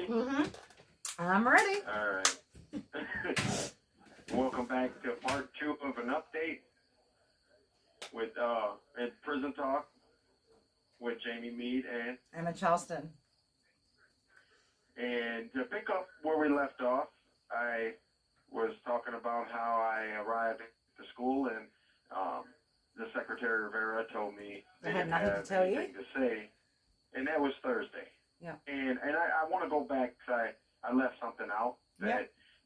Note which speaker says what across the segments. Speaker 1: Mm-hmm. I'm ready.
Speaker 2: All right. Welcome back to part two of an update with uh at Prison Talk with Jamie Mead and
Speaker 1: Emma Charleston.
Speaker 2: and to pick up where we left off, I was talking about how I arrived at the school and um the secretary Rivera told me
Speaker 1: I
Speaker 2: they
Speaker 1: had
Speaker 2: didn't
Speaker 1: nothing to
Speaker 2: have
Speaker 1: tell you.
Speaker 2: anything to say, and that was Thursday.
Speaker 1: Yeah.
Speaker 2: And and I, I want to go back 'cause I I left something out that
Speaker 1: Yeah.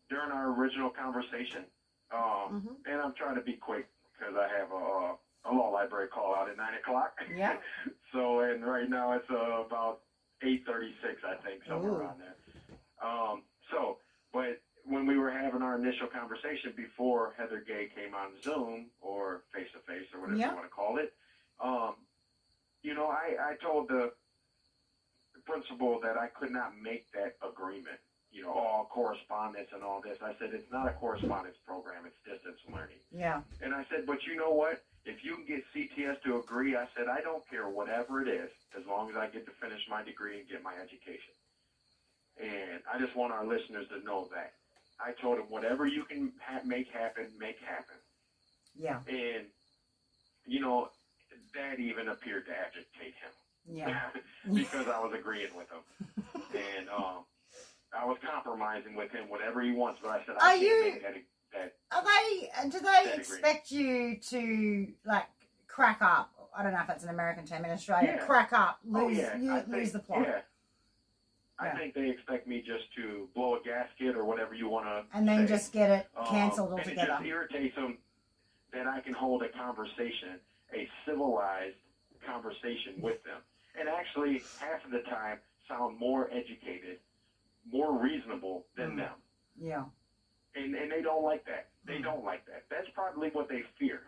Speaker 2: during our original conversation, um,
Speaker 1: Mm-hmm.
Speaker 2: and I'm trying to be quick because I have a, uh, a law library call out at nine o'clock.
Speaker 1: Yeah.
Speaker 2: so and right now it's uh, about eight thirty-six, I think, somewhere
Speaker 1: Ooh.
Speaker 2: around there. Um, so, but when we were having our initial conversation before Heather Gay came on Zoom or face to face or whatever
Speaker 1: Yeah.
Speaker 2: you want to call it, um, you know, I, I told the principal that I could not make that agreement. You know, all correspondence and all this. I said it's not a correspondence program; it's distance learning.
Speaker 1: Yeah.
Speaker 2: And I said, but you know what? If you can get CTS to agree, I said, I don't care whatever it is, as long as I get to finish my degree and get my education. And I just want our listeners to know that. I told him, whatever you can ha- make happen, make happen.
Speaker 1: Yeah.
Speaker 2: And, you know, that even appeared to agitate him
Speaker 1: Yeah.
Speaker 2: because I was agreeing with him. And um, I was compromising with him, whatever he wants. But I said, I
Speaker 1: Are
Speaker 2: can't
Speaker 1: you-
Speaker 2: make that, that
Speaker 1: Are they? uh, Do
Speaker 2: Very
Speaker 1: they
Speaker 2: green.
Speaker 1: expect you to like crack up? I don't know if that's an American term in Australia.
Speaker 2: Yeah.
Speaker 1: Crack up, lose,
Speaker 2: Oh, yeah.
Speaker 1: you,
Speaker 2: I think,
Speaker 1: lose the plot,
Speaker 2: Yeah. I
Speaker 1: Yeah.
Speaker 2: think they expect me just to blow a gasket or whatever you want to.
Speaker 1: and then just get it
Speaker 2: um,
Speaker 1: cancelled
Speaker 2: and It
Speaker 1: altogether.
Speaker 2: just irritates them that I can hold a conversation, a civilized conversation with them, and actually half of the time sound more educated, more reasonable than
Speaker 1: Mm.
Speaker 2: them.
Speaker 1: Yeah.
Speaker 2: And and they don't like that. They
Speaker 1: Mm.
Speaker 2: don't like that. That's probably what they fear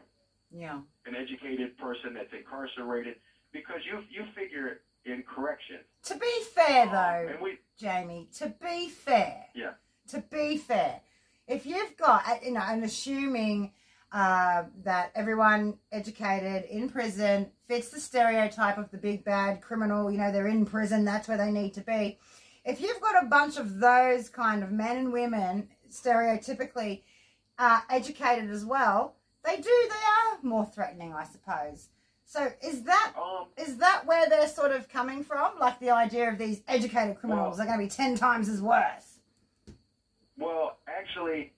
Speaker 1: Yeah.
Speaker 2: an educated person that's incarcerated because you you figure in correction.
Speaker 1: To be fair,
Speaker 2: um,
Speaker 1: though,
Speaker 2: and we
Speaker 1: Jamie, to be fair.
Speaker 2: Yeah.
Speaker 1: To be fair, if you've got, uh, you know, and assuming uh, that everyone educated in prison fits the stereotype of the big bad criminal, you know, they're in prison, that's where they need to be. If you've got a bunch of those kind of men and women stereotypically uh, educated as well, they do, they are more threatening, I suppose. So is that
Speaker 2: Um,
Speaker 1: is that where they're sort of coming from? Like the idea of these educated criminals are going to be 10 times as worse.
Speaker 2: well, actually,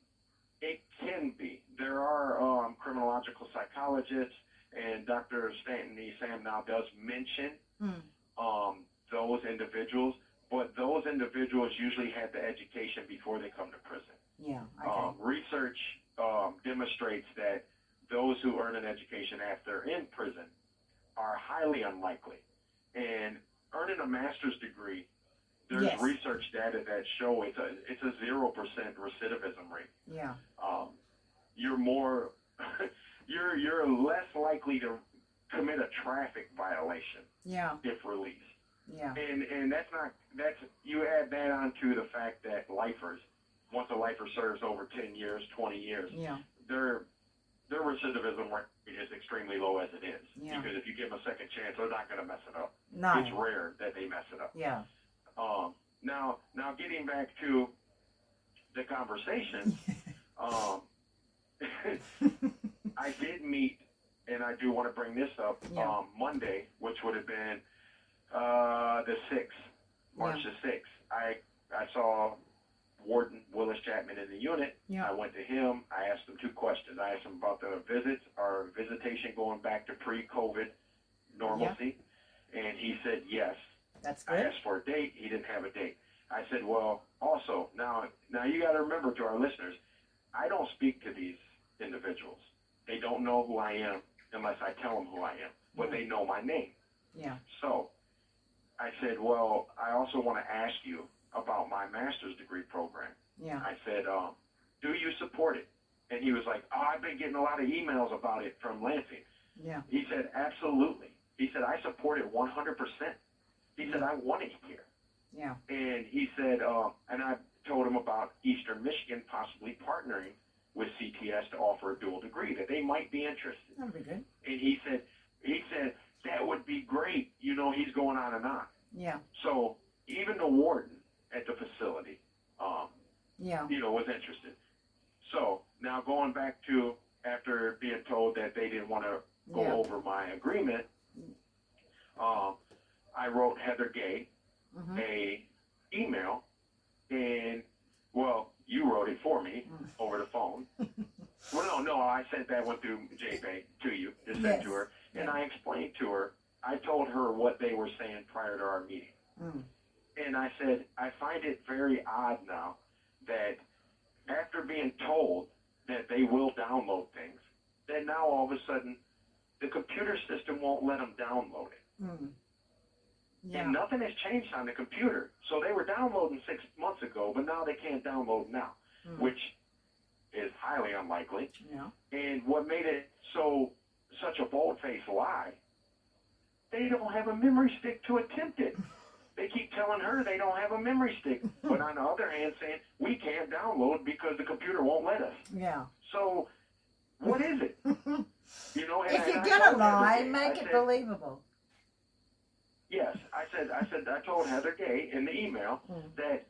Speaker 2: it can be. There are um, criminological psychologists, and Dr. Stanton E. Sam now does mention
Speaker 1: Mm.
Speaker 2: um, those individuals, but those individuals usually had the education before they come to prison.
Speaker 1: Yeah,
Speaker 2: Um, research um, demonstrates that those who earn an education after in prison are highly unlikely. And earning a master's degree, there's
Speaker 1: Yes.
Speaker 2: research data that show it's a it's a zero percent recidivism rate.
Speaker 1: yeah.
Speaker 2: Um, you're more you're you're less likely to commit a traffic violation
Speaker 1: Yeah,
Speaker 2: if released.
Speaker 1: yeah.
Speaker 2: And and that's not that's you add that on to the fact that lifers, once a lifer serves over ten years, twenty years,
Speaker 1: Yeah,
Speaker 2: their their recidivism rate is extremely low as it is.
Speaker 1: Yeah.
Speaker 2: Because if you give them a second chance, they're not going to mess it up. It's
Speaker 1: no.
Speaker 2: rare that they mess it up.
Speaker 1: Yeah,
Speaker 2: Um, now now getting back to the conversation, um, I did meet, and I do want to bring this up
Speaker 1: Yeah.
Speaker 2: um, Monday, which would have been uh, the sixth, March the sixth. I I saw Warden Willis Chapman in the unit.
Speaker 1: yeah,
Speaker 2: I went to him. I asked him two questions. I asked him about the visits, our visitation going back to pre-COVID normalcy, and he said yes.
Speaker 1: that's
Speaker 2: I
Speaker 1: good.
Speaker 2: asked for a date. He didn't have a date. I said, well, also now, now you got to remember to our listeners, I don't speak to these individuals. They don't know who I am unless I tell them who I am, but they know my name.
Speaker 1: Yeah,
Speaker 2: So I said, well, I also want to ask you about my master's degree program.
Speaker 1: yeah,
Speaker 2: I said, um, do you support it? And he was like, oh, I've been getting a lot of emails about it from Lansing.
Speaker 1: yeah,
Speaker 2: He said, absolutely. He said, I support it 100%. He said, I want it here
Speaker 1: yeah,
Speaker 2: and he said, uh, and I told him about Eastern Michigan possibly partnering with CTS to offer a dual degree that they might be interested.
Speaker 1: that'll be good.
Speaker 2: And he said, he said that would be great. You know, he's going on and on.
Speaker 1: Yeah,
Speaker 2: So even the warden at the
Speaker 1: Yeah.
Speaker 2: you know, was interested. So now going back to after being told that they didn't want to go
Speaker 1: Yeah.
Speaker 2: over my agreement, um, I wrote Heather Gay
Speaker 1: Mm-hmm.
Speaker 2: a email, and well, you wrote it for me
Speaker 1: Mm-hmm.
Speaker 2: over the phone. well, no, no, I sent that one through JPay to you, just sent
Speaker 1: Yes.
Speaker 2: to her, and
Speaker 1: Yeah.
Speaker 2: I explained to her. I told her what they were saying prior to our meeting.
Speaker 1: Mm.
Speaker 2: And I said, I find it very odd now that after being told that they will download things, then now all of a sudden the computer system won't let them download it.
Speaker 1: Mm. Yeah.
Speaker 2: And nothing has changed on the computer. So they were downloading six months ago, but now they can't download now,
Speaker 1: Mm.
Speaker 2: which is highly unlikely.
Speaker 1: Yeah.
Speaker 2: And what made it so such a bold-faced lie? They don't have a memory stick to attempt it. They keep telling her they don't have a memory stick, but on the other hand, saying we can't download because the computer won't let us.
Speaker 1: Yeah.
Speaker 2: So, what is it? You know, and
Speaker 1: If
Speaker 2: I-
Speaker 1: you're
Speaker 2: I
Speaker 1: gonna
Speaker 2: told Heather
Speaker 1: lie,
Speaker 2: Gay, I
Speaker 1: make it
Speaker 2: said-
Speaker 1: believable.
Speaker 2: Yes, I said, I said, I told Heather Gay in the email
Speaker 1: Mm.
Speaker 2: that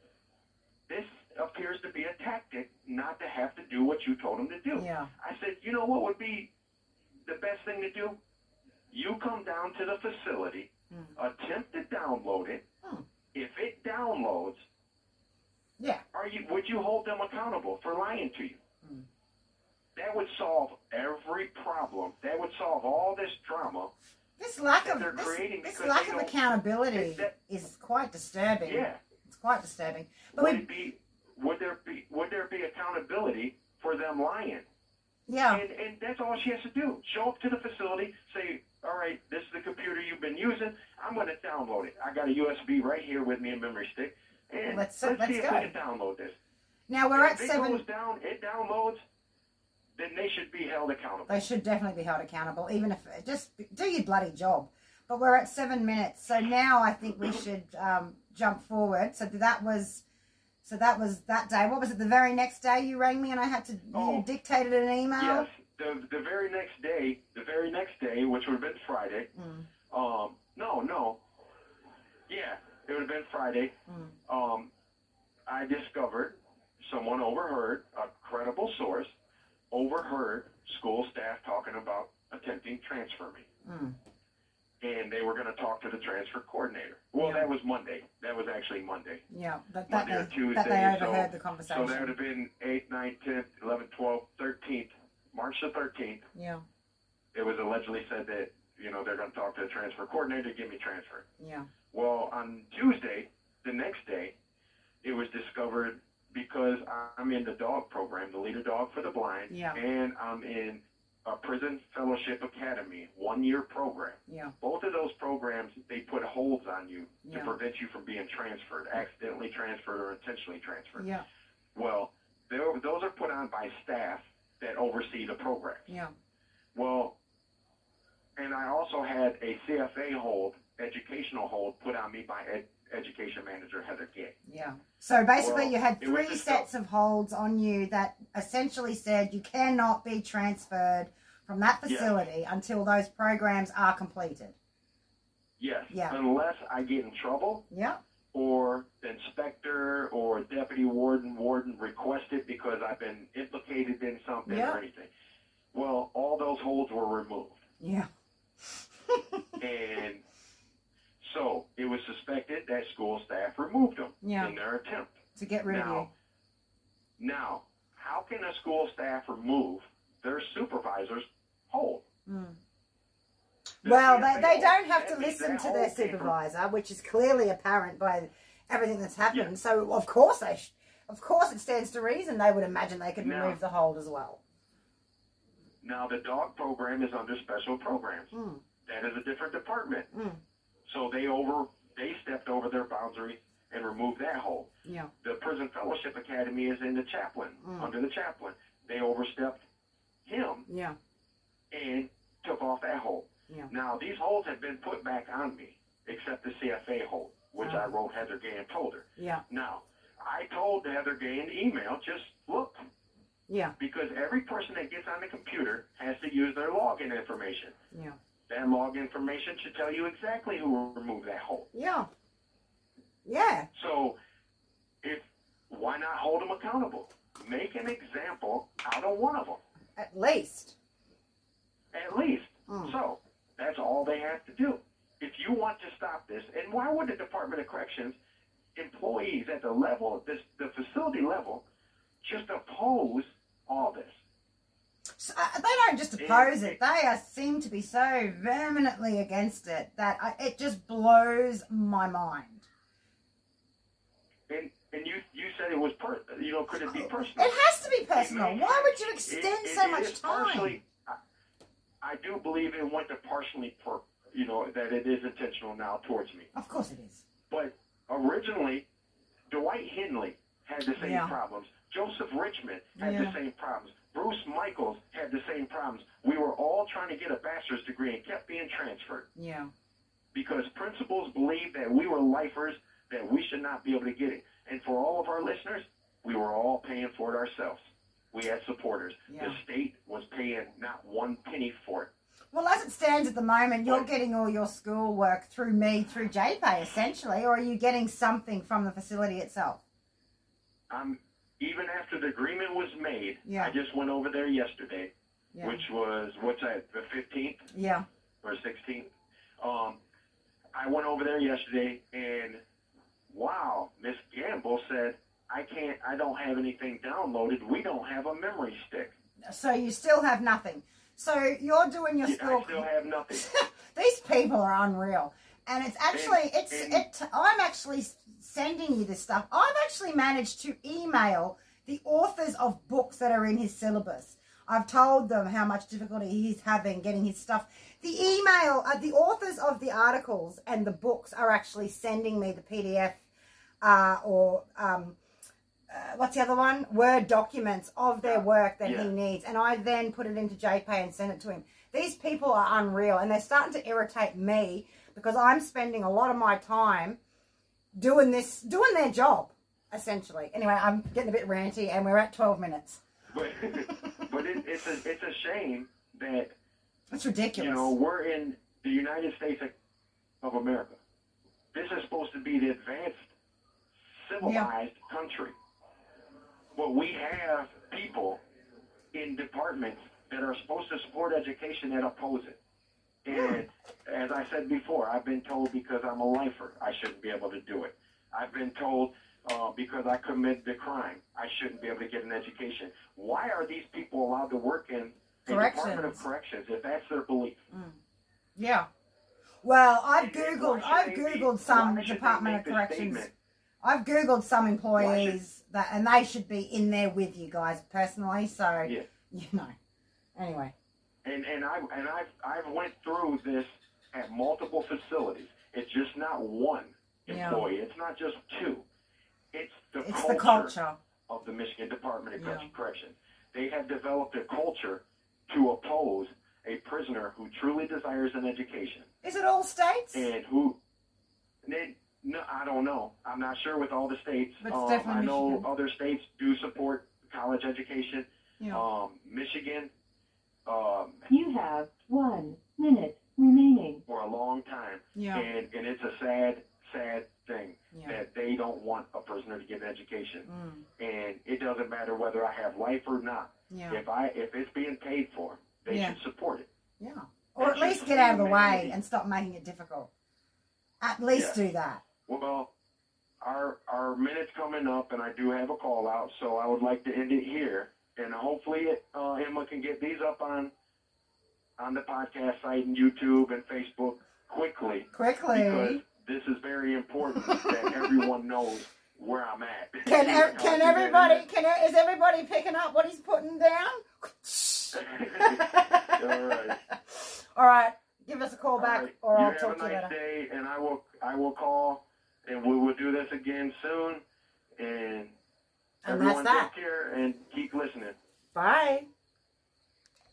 Speaker 2: this appears to be a tactic not to have to do what you told them to do.
Speaker 1: Yeah.
Speaker 2: I said, you know what would be the best thing to do? You come down to the facility,
Speaker 1: Mm.
Speaker 2: attempt to download it.
Speaker 1: Hmm.
Speaker 2: If it downloads,
Speaker 1: Yeah.
Speaker 2: are you would you hold them accountable for lying to you?
Speaker 1: Hmm.
Speaker 2: That would solve every problem. That would solve all this drama.
Speaker 1: This lack
Speaker 2: that
Speaker 1: of
Speaker 2: they're
Speaker 1: this,
Speaker 2: creating
Speaker 1: this
Speaker 2: because
Speaker 1: lack
Speaker 2: they
Speaker 1: of
Speaker 2: don't-
Speaker 1: accountability
Speaker 2: Is that-
Speaker 1: is quite disturbing.
Speaker 2: Yeah.
Speaker 1: It's quite disturbing. But
Speaker 2: Would
Speaker 1: we,
Speaker 2: it be would there be would there be accountability for them lying?
Speaker 1: yeah,
Speaker 2: And, and that's all she has to do. Show up to the facility, say, all right, this is the computer you've been using. I'm going to download it. I got a USB right here with me, a memory stick. And
Speaker 1: Let's-
Speaker 2: let's,
Speaker 1: let's
Speaker 2: see
Speaker 1: go.
Speaker 2: if we can download this.
Speaker 1: now we're at
Speaker 2: if it
Speaker 1: seven.
Speaker 2: goes down, it downloads, then they should be held accountable.
Speaker 1: They should definitely be held accountable, even if just do your bloody job. But we're at seven minutes, so now I think we should um, jump forward. So that was, so that was that day. What was it? The very next day, you rang me and I had to.
Speaker 2: Oh.
Speaker 1: You dictated an email.
Speaker 2: Yes, the, the very next day, the very next day, which would have been Friday,
Speaker 1: Mm,
Speaker 2: Um, no, no. Yeah, it would have been Friday.
Speaker 1: Mm.
Speaker 2: Um, I discovered someone overheard a credible source overheard school staff talking about attempting transfer me,
Speaker 1: mm,
Speaker 2: and they were going to talk to the transfer coordinator. Well,
Speaker 1: Yeah.
Speaker 2: that was Monday. That was actually Monday.
Speaker 1: yeah, but that
Speaker 2: Monday
Speaker 1: they,
Speaker 2: or Tuesday.
Speaker 1: that they overheard
Speaker 2: so,
Speaker 1: the
Speaker 2: so
Speaker 1: conversation.
Speaker 2: that would have been 8th, 9th, 10th, 11th, 12th, 13th, March the 13th.
Speaker 1: yeah,
Speaker 2: It was allegedly said that you know they're going to talk to the transfer coordinator to get me transferred.
Speaker 1: yeah.
Speaker 2: Well, on Tuesday, the next day, it was discovered because I'm in the dog program, the leader dog for the blind,
Speaker 1: Yeah.
Speaker 2: and I'm in a prison fellowship academy one year program.
Speaker 1: Yeah,
Speaker 2: Both of those programs, they put holds on you
Speaker 1: Yeah.
Speaker 2: to prevent you from being transferred, accidentally transferred or intentionally transferred.
Speaker 1: yeah,
Speaker 2: Well, they're- those are put on by staff that oversee the program.
Speaker 1: yeah,
Speaker 2: Well, and I also had a CFA hold, educational hold, put on me by ed- education manager Heather Gay.
Speaker 1: yeah. So basically,
Speaker 2: Well,
Speaker 1: you had
Speaker 2: it was
Speaker 1: three
Speaker 2: just
Speaker 1: sets of holds on you that essentially said you cannot be transferred from that
Speaker 2: Yes.
Speaker 1: facility until those programs are completed.
Speaker 2: Yes,
Speaker 1: Yeah.
Speaker 2: unless I get in trouble
Speaker 1: Yeah,
Speaker 2: or the inspector or deputy warden warden request it because I've been implicated in something
Speaker 1: Yeah.
Speaker 2: or anything. Well, all those holds were removed.
Speaker 1: yeah,
Speaker 2: And so it was suspected that school staff removed them
Speaker 1: Yeah.
Speaker 2: in their attempt.
Speaker 1: to get rid of
Speaker 2: Now, now, how can a school staff remove their supervisor's hold?
Speaker 1: you. Mm.
Speaker 2: The
Speaker 1: Well,
Speaker 2: CFA
Speaker 1: they, they
Speaker 2: hold.
Speaker 1: don't have to
Speaker 2: That means
Speaker 1: listen
Speaker 2: that
Speaker 1: to their
Speaker 2: hold came from-
Speaker 1: supervisor, which is clearly apparent by everything that's happened. So of course they, sh- of course it stands to reason they would imagine they could
Speaker 2: No.
Speaker 1: remove the hold as well.
Speaker 2: Now, the dog program is under special programs.
Speaker 1: Mm,
Speaker 2: That is a different department.
Speaker 1: mm,
Speaker 2: So they over they stepped over their boundary and removed that hold.
Speaker 1: yeah,
Speaker 2: The prison fellowship academy is in the chaplain,
Speaker 1: Mm.
Speaker 2: under the chaplain. They overstepped him
Speaker 1: yeah,
Speaker 2: and took off that hold.
Speaker 1: yeah.
Speaker 2: Now, these holds have been put back on me, except the CFA hold, which
Speaker 1: Oh.
Speaker 2: I wrote Heather Gay and told her.
Speaker 1: Yeah,
Speaker 2: Now, I told Heather Gay in the email, just look,
Speaker 1: yeah,
Speaker 2: because every person that gets on the computer has to use their login information.
Speaker 1: yeah,
Speaker 2: That login information should tell you exactly who removed that hold.
Speaker 1: yeah, yeah.
Speaker 2: So, if why not hold them accountable. Make an example out of one of them,
Speaker 1: At least.
Speaker 2: at least.
Speaker 1: Mm.
Speaker 2: So that's all they have to do. If you want to stop this, and why would the Department of Corrections employees at the level, this, the facility level, just oppose all this?
Speaker 1: So, uh, they don't just oppose it; they are, seem to be so vehemently against it that I, it just blows my mind.
Speaker 2: And and you you said it was per, you know could it be personal?
Speaker 1: It has to be personal. Why would you
Speaker 2: It-
Speaker 1: extend
Speaker 2: it-
Speaker 1: so
Speaker 2: it is
Speaker 1: much time?
Speaker 2: partially- I, I do believe it went to partially per you know that it is intentional now towards me,
Speaker 1: Of course it is.
Speaker 2: but originally Dwight Henley had the same
Speaker 1: Yeah.
Speaker 2: problems. Joseph Richmond had
Speaker 1: Yeah.
Speaker 2: the same problems. Bruce Michaels had the same problems. We were all trying to get a bachelor's degree and kept being transferred
Speaker 1: Yeah.
Speaker 2: because principals believed that we were lifers, that we should not be able to get it. And for all of our listeners, we were all paying for it ourselves. We had supporters. The
Speaker 1: Yeah.
Speaker 2: state was paying not one penny for it.
Speaker 1: Well, as it stands at the moment, you're
Speaker 2: Right.
Speaker 1: getting all your schoolwork through me, through JPay, essentially, or are you getting something from the facility itself?
Speaker 2: I'm, even after the agreement was made,
Speaker 1: Yeah.
Speaker 2: I just went over there yesterday,
Speaker 1: Yeah.
Speaker 2: which was, what's that, the 15th?
Speaker 1: yeah.
Speaker 2: or 16th. Um, I went over there yesterday, and wow, Miss Gamble said I can't. I don't have anything downloaded. We don't have a memory stick.
Speaker 1: So you still have nothing. So you're doing your
Speaker 2: I
Speaker 1: school.
Speaker 2: still have nothing.
Speaker 1: These people are unreal. And it's actually, it's,
Speaker 2: and-
Speaker 1: it, I'm actually s- sending you this stuff. I've actually managed to email the authors of books that are in his syllabus. I've told them how much difficulty he's having getting his stuff. The email, uh, the authors of the articles and the books are actually sending me the PDF uh, or um, uh, what's the other one? Word documents of their work that
Speaker 2: Yeah.
Speaker 1: he needs. And I then put it into JPay and send it to him. These people are unreal and they're starting to irritate me because I'm spending a lot of my time doing this, doing their job, essentially. Anyway, I'm getting a bit ranty and we're at 12 minutes.
Speaker 2: But but it, it's a it's a shame that
Speaker 1: That's ridiculous.
Speaker 2: you know we're in the United States of America. This is supposed to be the advanced, civilized country, but we have people in departments that are supposed to support education that oppose it. And as I said before, I've been told because I'm a lifer, I shouldn't be able to do it. I've been told uh, because I commit the crime, I shouldn't be able to get an education. Why are these people allowed to work in the Department of
Speaker 1: Corrections.
Speaker 2: Corrections if that's their belief?
Speaker 1: yeah. Well, I've
Speaker 2: Why should
Speaker 1: googled. I've
Speaker 2: they be-
Speaker 1: googled
Speaker 2: why
Speaker 1: some
Speaker 2: should they
Speaker 1: Department of
Speaker 2: make this
Speaker 1: Corrections.
Speaker 2: statement?
Speaker 1: I've googled some
Speaker 2: Why should-
Speaker 1: employees that, and they should be in there with you guys personally. So
Speaker 2: Yeah.
Speaker 1: you know. Anyway,
Speaker 2: and and I and I've I've went through this at multiple facilities. It's just not one
Speaker 1: Yeah.
Speaker 2: employee. It's not just two. It's the
Speaker 1: it's
Speaker 2: culture
Speaker 1: the culture.
Speaker 2: of the Michigan Department of
Speaker 1: Yeah.
Speaker 2: Correction. They have developed a culture to oppose a prisoner who truly desires an education
Speaker 1: Is it all states?
Speaker 2: and who. And then, no, I don't know. I'm not sure with all the states.
Speaker 1: But it's
Speaker 2: um,
Speaker 1: definitely
Speaker 2: I know
Speaker 1: Michigan.
Speaker 2: other states do support college education.
Speaker 1: Yeah.
Speaker 2: Um, Michigan, um,
Speaker 3: You have one minute remaining.
Speaker 2: for a long time.
Speaker 1: yeah.
Speaker 2: And, and it's a sad, sad thing
Speaker 1: Yeah.
Speaker 2: that they don't want a prisoner to get an education.
Speaker 1: Mm,
Speaker 2: And it doesn't matter whether I have life or not.
Speaker 1: yeah.
Speaker 2: If I if it's being paid for, they
Speaker 1: Yeah.
Speaker 2: should support it.
Speaker 1: Yeah. Or at
Speaker 2: That's
Speaker 1: least
Speaker 2: just
Speaker 1: get out of the way
Speaker 2: humanity.
Speaker 1: and stop making it difficult. At least do that.
Speaker 2: Well, our our minute's coming up, and I do have a call out, so I would like to end it here. And hopefully, uh, Emma can get these up on on the podcast site and YouTube and Facebook quickly because
Speaker 1: Quickly.
Speaker 2: this is very important that everyone knows where I'm at.
Speaker 1: Can ev- can everybody can e- is everybody picking up what he's putting down?
Speaker 2: All right.
Speaker 1: All right. Give us a call back,
Speaker 2: All right.
Speaker 1: or
Speaker 2: you
Speaker 1: I'll
Speaker 2: have
Speaker 1: talk
Speaker 2: a
Speaker 1: to you
Speaker 2: nice
Speaker 1: later.
Speaker 2: day, and I will I will call, and we will do this again soon. And
Speaker 1: And that's
Speaker 2: everyone
Speaker 1: that.
Speaker 2: take care and keep listening.
Speaker 1: Bye.